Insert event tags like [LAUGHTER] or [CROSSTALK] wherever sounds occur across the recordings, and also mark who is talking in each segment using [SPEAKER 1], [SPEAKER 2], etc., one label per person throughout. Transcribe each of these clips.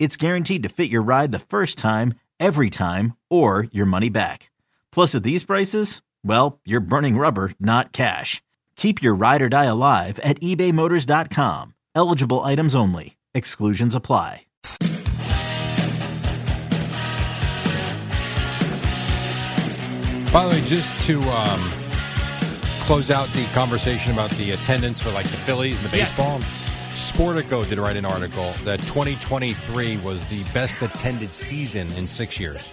[SPEAKER 1] it's guaranteed to fit your ride the first time, every time, or your money back. Plus, at these prices, well, you're burning rubber, not cash. Keep your ride or die alive at ebaymotors.com. Eligible items only. Exclusions apply.
[SPEAKER 2] By the way, just to um, close out the conversation about the attendance for like the Phillies and the
[SPEAKER 3] Yes.
[SPEAKER 2] baseball, Sportico did write an article that 2023 was the best attended season in six years.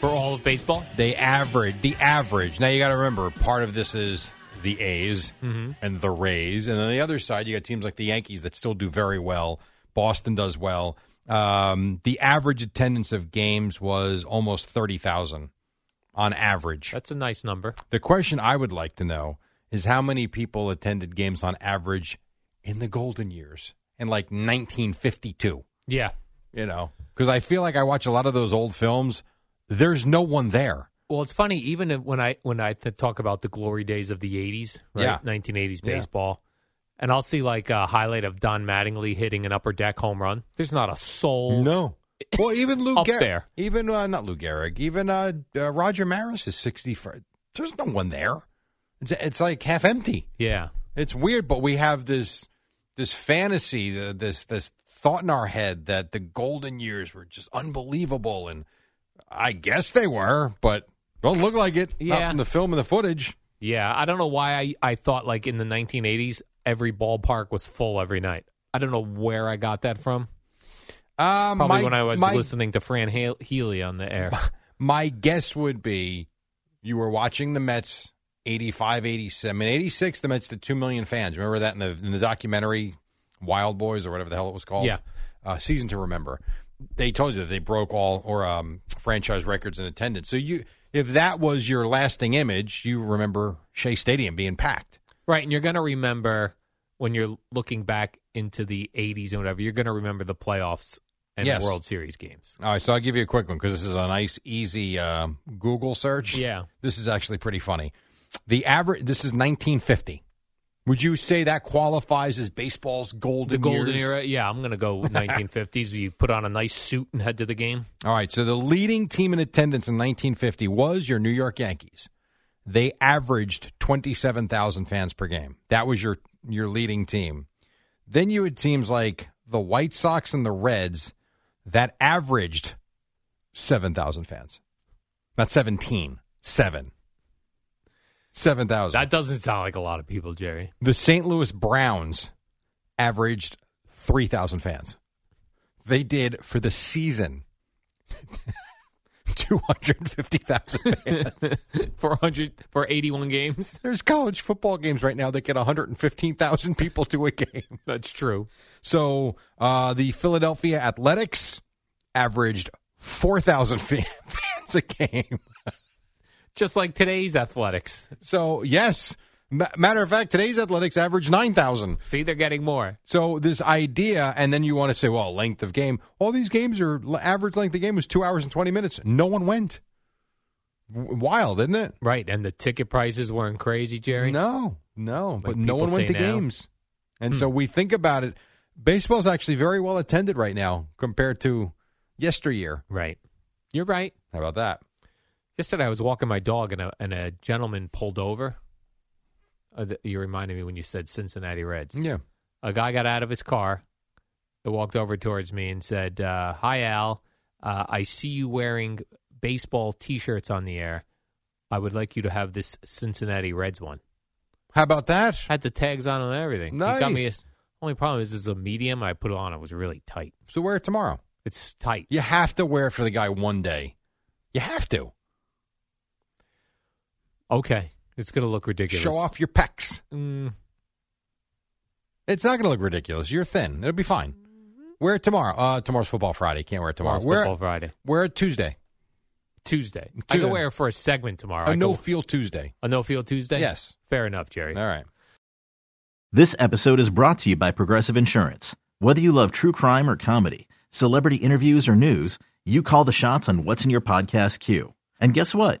[SPEAKER 3] for all of baseball.
[SPEAKER 2] They average the average. Now you got to remember, part of this is the A's and the Rays, and on the other side, you got teams like the Yankees that still do very well. Boston does well. Um, the average attendance of games was almost thirty thousand on average.
[SPEAKER 3] That's a nice number.
[SPEAKER 2] The question I would like to know is how many people attended games on average in the golden years in like 1952,
[SPEAKER 3] Yeah.
[SPEAKER 2] you know? Because I feel like I watch a lot of those old films. There's no one there.
[SPEAKER 3] Well, it's funny. Even if- when I when I th- talk about the glory days of the '80s, right?
[SPEAKER 2] Yeah.
[SPEAKER 3] 1980s
[SPEAKER 2] Yeah.
[SPEAKER 3] baseball, and I'll see like a highlight of Don Mattingly hitting an upper deck home run. There's not a soul.
[SPEAKER 2] No. Well, even Lou
[SPEAKER 3] [LAUGHS] Up
[SPEAKER 2] Gehrig,
[SPEAKER 3] there.
[SPEAKER 2] even uh, not Lou Gehrig, even uh, uh, Roger Maris is 64. There's no one there. It's, it's like half empty.
[SPEAKER 3] Yeah.
[SPEAKER 2] It's weird, but we have this this fantasy, uh, this this thought in our head that the golden years were just unbelievable, and I guess they were, but don't look like it.
[SPEAKER 3] Yeah.
[SPEAKER 2] not in the film and the footage.
[SPEAKER 3] Yeah, I don't know why I, I thought like in the 1980s every ballpark was full every night. I don't know where I got that from.
[SPEAKER 2] Um,
[SPEAKER 3] Probably
[SPEAKER 2] my-
[SPEAKER 3] when I was
[SPEAKER 2] my,
[SPEAKER 3] listening to Fran Hale- Healy on the air.
[SPEAKER 2] My guess would be you were watching the Mets 85, 87, and 86. The Mets did two million fans. Remember that in the in the documentary Wild Boys or whatever the hell it was called.
[SPEAKER 3] Yeah.
[SPEAKER 2] uh, season to remember. They told you that they broke all or um, franchise records in attendance. So you, if that was your lasting image, you remember Shea Stadium being packed.
[SPEAKER 3] right, and you're going to remember when you're looking back into the 80s and whatever, you're going to remember the playoffs and
[SPEAKER 2] Yes.
[SPEAKER 3] World Series games.
[SPEAKER 2] All right, so I'll give you a quick one because this is a nice, easy um Google search.
[SPEAKER 3] Yeah.
[SPEAKER 2] this is actually pretty funny. The average. This is 1950. Would you say that qualifies as baseball's golden
[SPEAKER 3] The golden
[SPEAKER 2] years?
[SPEAKER 3] era, yeah, I'm going
[SPEAKER 2] [LAUGHS]
[SPEAKER 3] to go 1950s. You put on a nice suit and head to the game.
[SPEAKER 2] All right, so the leading team in attendance in 1950 was your New York Yankees. They averaged 27,000 fans per game. That was your your leading team. Then you had teams like the White Sox and the Reds that averaged 7,000 fans. Not 17, 7. 7,000.
[SPEAKER 3] That doesn't sound like a lot of
[SPEAKER 2] [LAUGHS]
[SPEAKER 3] people, Jerry. [LAUGHS]
[SPEAKER 2] The St. Louis Browns averaged 3,000 fans. They did for the season [LAUGHS] 250,000 fans.
[SPEAKER 3] For 100 for 81 games.
[SPEAKER 2] There's college football games right now that get 115,000 people to a game.
[SPEAKER 3] That's true.
[SPEAKER 2] So uh, the Philadelphia Athletics averaged 4,000 fa- [LAUGHS] fans a game.
[SPEAKER 3] Just like today's athletics.
[SPEAKER 2] So, yes. Ma- matter of fact, today's Athletics average 9,000.
[SPEAKER 3] See, they're getting more.
[SPEAKER 2] So this idea, and then you want to say, well, length of game. All these games are average length of game was two hours and twenty minutes. No one went. W- wild, isn't it?
[SPEAKER 3] Right, and the ticket prices weren't crazy, Jerry.
[SPEAKER 2] No, no, but no
[SPEAKER 3] people
[SPEAKER 2] one went
[SPEAKER 3] say
[SPEAKER 2] to
[SPEAKER 3] now. Hmm.
[SPEAKER 2] games. And so we think about it. Baseball's actually very well attended right now compared to yesteryear.
[SPEAKER 3] Right. You're right.
[SPEAKER 2] How about that?
[SPEAKER 3] Yesterday I was walking my dog and a, and a gentleman pulled over. Uh, th- you reminded me when you said Cincinnati Reds.
[SPEAKER 2] Yeah.
[SPEAKER 3] A guy got out of his car, and walked over towards me and said, uh, "Hi, Al. Uh, I see you wearing baseball T-shirts on the air. I would like you to have this Cincinnati Reds one.
[SPEAKER 2] How about that?
[SPEAKER 3] Had the tags on and everything. He got me.
[SPEAKER 2] Nice.
[SPEAKER 3] Only problem is, this is a medium. I put it on. It was really tight.
[SPEAKER 2] So wear it tomorrow.
[SPEAKER 3] It's tight.
[SPEAKER 2] You have to wear it for the guy one day. You have to
[SPEAKER 3] Okay, it's gonna look ridiculous.
[SPEAKER 2] show off your pecs.
[SPEAKER 3] Mm,
[SPEAKER 2] It's not going to look ridiculous. You're thin. It'll be fine. Wear it tomorrow. Uh, tomorrow's football Friday. Can't wear it tomorrow.
[SPEAKER 3] tomorrow's
[SPEAKER 2] Wear
[SPEAKER 3] football
[SPEAKER 2] it,
[SPEAKER 3] Friday.
[SPEAKER 2] wear it Tuesday.
[SPEAKER 3] Tuesday. I
[SPEAKER 2] Tuesday.
[SPEAKER 3] can wear it for a segment tomorrow. I
[SPEAKER 2] A
[SPEAKER 3] can-
[SPEAKER 2] no feel Tuesday.
[SPEAKER 3] a no field Tuesday.
[SPEAKER 2] Yes.
[SPEAKER 3] fair enough, Jerry.
[SPEAKER 2] All right.
[SPEAKER 1] This episode is brought to you by Progressive Insurance. Whether you love true crime or comedy, celebrity interviews or news, you call the shots on what's in your podcast queue. And guess what?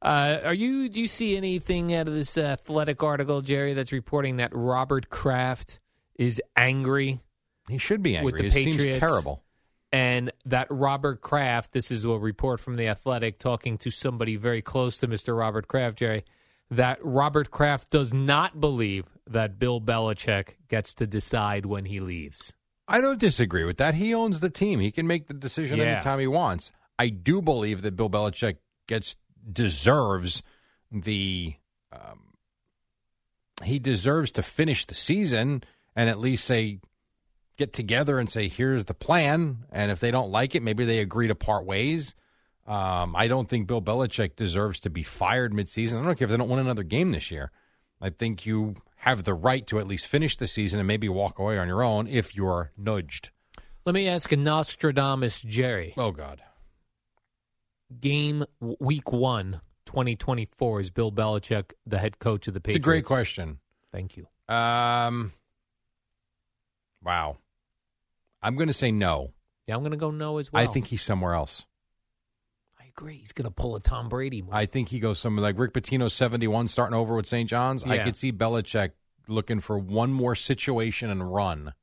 [SPEAKER 3] Uh, are you? Do you see anything out of this athletic article, Jerry, that's reporting that Robert Kraft is angry
[SPEAKER 2] He should be angry.
[SPEAKER 3] With the
[SPEAKER 2] His team's
[SPEAKER 3] Patriots.
[SPEAKER 2] terrible.
[SPEAKER 3] and that Robert Kraft, this is a report from The Athletic talking to somebody very close to Mr. Robert Kraft, Jerry, that Robert Kraft does not believe that Bill Belichick gets to decide when he leaves.
[SPEAKER 2] I don't disagree with that. He owns the team. He can make the decision
[SPEAKER 3] Yeah.
[SPEAKER 2] anytime he wants. I do believe that Bill Belichick gets deserves the um, he deserves to finish the season and at least say get together and say here's the plan. And if they don't like it, maybe they agree to part ways. Um, I don't think Bill Belichick deserves to be fired midseason. I don't care if they don't win another game this year. I think you have the right to at least finish the season and maybe walk away on your own if you're nudged.
[SPEAKER 3] Let me ask a Nostradamus, Jerry.
[SPEAKER 2] Oh God.
[SPEAKER 3] Game w- week one, 2024, is Bill Belichick the head coach of the
[SPEAKER 2] It's a
[SPEAKER 3] Patriots?
[SPEAKER 2] great question.
[SPEAKER 3] Thank you.
[SPEAKER 2] Um Wow. I'm gonna say no.
[SPEAKER 3] Yeah, I'm going to go no as well.
[SPEAKER 2] I think he's somewhere else.
[SPEAKER 3] I agree. He's going to pull a Tom Brady. move.
[SPEAKER 2] I think he goes somewhere like Rick Pitino seventy one starting over with St. John's. I
[SPEAKER 3] Yeah.
[SPEAKER 2] could see Belichick looking for one more situation and run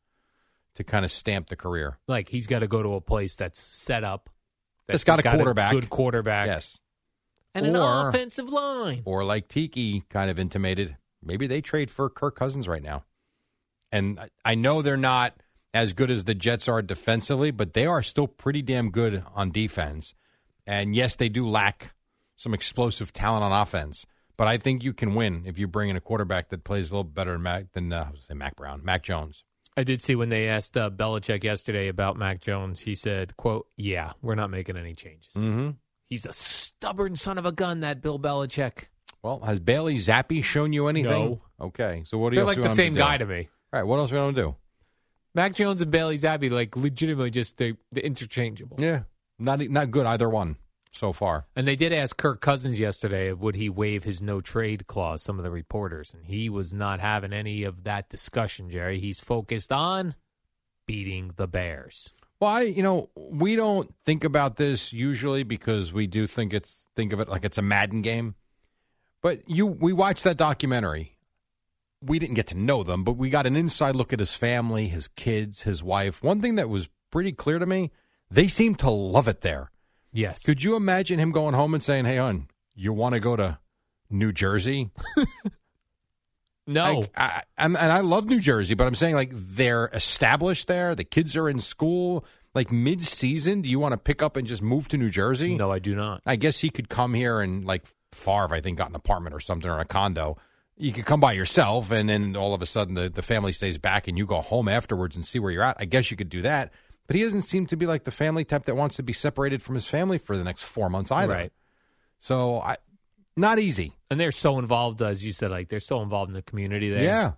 [SPEAKER 2] to kind of stamp the career.
[SPEAKER 3] like he's got to go to a place that's set up.
[SPEAKER 2] That's got a quarterback.
[SPEAKER 3] good quarterback,
[SPEAKER 2] Yes.
[SPEAKER 3] and an
[SPEAKER 2] Or-
[SPEAKER 3] offensive line.
[SPEAKER 2] Or like Tiki kind of intimated, maybe they trade for Kirk Cousins right now. And I- I know they're not as good as the Jets are defensively, but they are still pretty damn good on defense. And yes, they do lack some explosive talent on offense, but I think you can win if you bring in a quarterback that plays a little better than Mac, than uh, I was gonna say Mac Brown, Mac Jones.
[SPEAKER 3] I did see when they asked uh, Belichick yesterday about Mac Jones, he said, "quote Yeah, we're not making any changes.
[SPEAKER 2] Mm-hmm.
[SPEAKER 3] He's a stubborn son of a gun, that Bill Belichick.
[SPEAKER 2] Well, has Bailey Zappi shown you anything? Okay, so what do you
[SPEAKER 3] They're
[SPEAKER 2] else
[SPEAKER 3] like the
[SPEAKER 2] you want him
[SPEAKER 3] same
[SPEAKER 2] to
[SPEAKER 3] guy
[SPEAKER 2] do?
[SPEAKER 3] to me.
[SPEAKER 2] All right, what else we want to do?
[SPEAKER 3] Mac Jones and Bailey Zappi, like legitimately, just they, they're interchangeable.
[SPEAKER 2] Yeah, not not good either one so far.
[SPEAKER 3] And they did ask Kirk Cousins yesterday, would he waive his no trade clause? Some of the reporters, and he was not having any of that discussion. Jerry, he's focused on beating the Bears.
[SPEAKER 2] Well, I, you know, we don't think about this usually because we do think it's think of it like it's a Madden game. But you, we watched that documentary. We didn't get to know them, but we got an inside look at his family, his kids, his wife. One thing that was pretty clear to me, they seem to love it there.
[SPEAKER 3] Yes,
[SPEAKER 2] Could you imagine him going home and saying, "Hey, hon, you want to go to New Jersey?"
[SPEAKER 3] no,
[SPEAKER 2] Like, I, I'm, and I love New Jersey, but I'm saying like they're established there. The kids are in school. Like mid season, do you want to pick up and just move to New Jersey?
[SPEAKER 3] no, I do not.
[SPEAKER 2] I guess he could come here and like Favre, I think, got an apartment or something or a condo. You could come by yourself, and then all of a sudden the, the family stays back, and you go home afterwards and see where you're at. I guess you could do that, but he doesn't seem to be like the family type that wants to be separated from his family for the next four months either.
[SPEAKER 3] Right.
[SPEAKER 2] So, I not easy.
[SPEAKER 3] And they're so involved, as you said, like they're so involved in the community there.
[SPEAKER 2] Yeah,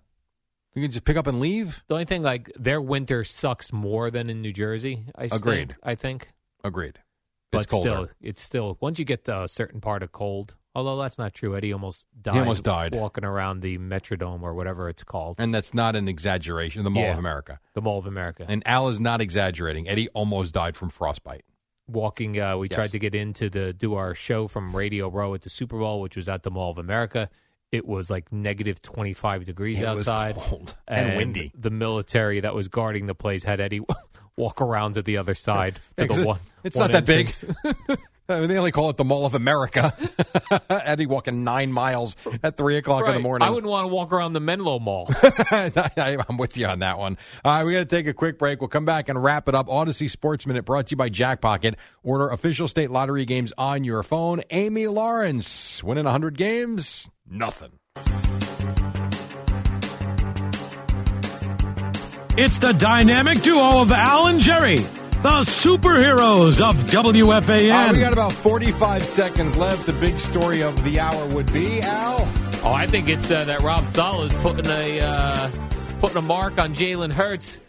[SPEAKER 2] you can just pick up and leave.
[SPEAKER 3] The only thing, like their winter sucks more than in New Jersey. I think-
[SPEAKER 2] Agreed.
[SPEAKER 3] I think,
[SPEAKER 2] Agreed.
[SPEAKER 3] but
[SPEAKER 2] it's colder.
[SPEAKER 3] still, it's still once you get to a certain part of cold. Although that's not true. Eddie almost died.
[SPEAKER 2] almost died.
[SPEAKER 3] walking around the Metrodome or whatever it's called,
[SPEAKER 2] And that's not an exaggeration. The Mall
[SPEAKER 3] Yeah.
[SPEAKER 2] of America.
[SPEAKER 3] the Mall of America.
[SPEAKER 2] And Al is not exaggerating. Eddie almost died from frostbite.
[SPEAKER 3] walking. Uh, we
[SPEAKER 2] Yes.
[SPEAKER 3] tried to get into the do our show from Radio Row at the Super Bowl, which was at the Mall of America. it was like negative 25 degrees
[SPEAKER 2] It was
[SPEAKER 3] outside
[SPEAKER 2] cold and
[SPEAKER 3] [LAUGHS]
[SPEAKER 2] windy.
[SPEAKER 3] The military that was guarding the place had Eddie [LAUGHS] walk around to the other side. To the
[SPEAKER 2] It's-
[SPEAKER 3] one,
[SPEAKER 2] it's not
[SPEAKER 3] one
[SPEAKER 2] that big.
[SPEAKER 3] entrance.
[SPEAKER 2] I mean, they only call it the Mall of America. [LAUGHS] Eddie walking nine miles at three o'clock in the
[SPEAKER 3] Right.
[SPEAKER 2] morning.
[SPEAKER 3] I wouldn't want to walk around the Menlo Mall.
[SPEAKER 2] [LAUGHS] I, am with you on that one. All right, we got to take a quick break. We'll come back and wrap it up. Odyssey Sports Minute brought to you by Jackpocket. Order official state lottery games on your phone. Amy Lawrence winning 100 games, nothing.
[SPEAKER 4] It's the dynamic duo of Al and Jerry, the superheroes of
[SPEAKER 2] All right,
[SPEAKER 4] WFAN.
[SPEAKER 2] Uh, we got about 45 seconds left. The big story of the hour would be Al.
[SPEAKER 3] oh, I think it's uh, that Rob Sala is putting a uh, putting a mark on Jalen Hurts,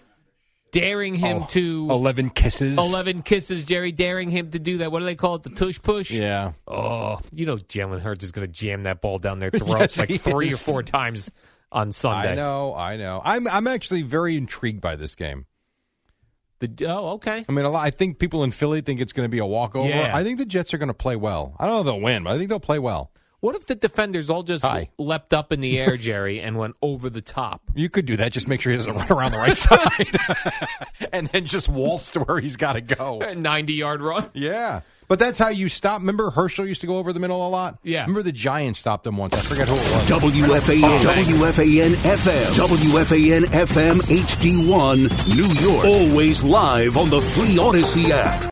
[SPEAKER 3] daring him
[SPEAKER 2] Oh,
[SPEAKER 3] to
[SPEAKER 2] 11 kisses.
[SPEAKER 3] 11 kisses, Jerry, daring him to do that. What do they call it? The tush push?
[SPEAKER 2] Yeah.
[SPEAKER 3] Oh, you know Jalen Hurts is going to jam that ball down their
[SPEAKER 2] [LAUGHS]
[SPEAKER 3] throats
[SPEAKER 2] Yes, he
[SPEAKER 3] like three or
[SPEAKER 2] is.
[SPEAKER 3] four times on
[SPEAKER 2] I
[SPEAKER 3] Sunday.
[SPEAKER 2] know, I know. I'm I'm actually very intrigued by this game.
[SPEAKER 3] The- oh, okay.
[SPEAKER 2] I mean, a lot, I think people in Philly think it's going to be a walkover.
[SPEAKER 3] Yeah.
[SPEAKER 2] I think the Jets are going to play well. I don't know if they'll win, but I think they'll play well.
[SPEAKER 3] What if the defenders all just
[SPEAKER 2] Hi.
[SPEAKER 3] leapt up in the air, Jerry, and went over the top?
[SPEAKER 2] You could do that. Just make sure he doesn't [LAUGHS] run around the right side, [LAUGHS] and then just waltz to where he's got to go.
[SPEAKER 3] A 90 yard run?
[SPEAKER 2] Yeah, but that's how you stop. Remember, Herschel used to go over the middle a lot.
[SPEAKER 3] Yeah.
[SPEAKER 2] Remember, the Giants stopped him once. I forget who it was.
[SPEAKER 5] WFAN, WFAN FM, WFAN FM HD1, New York. Always live on the Free Odyssey app.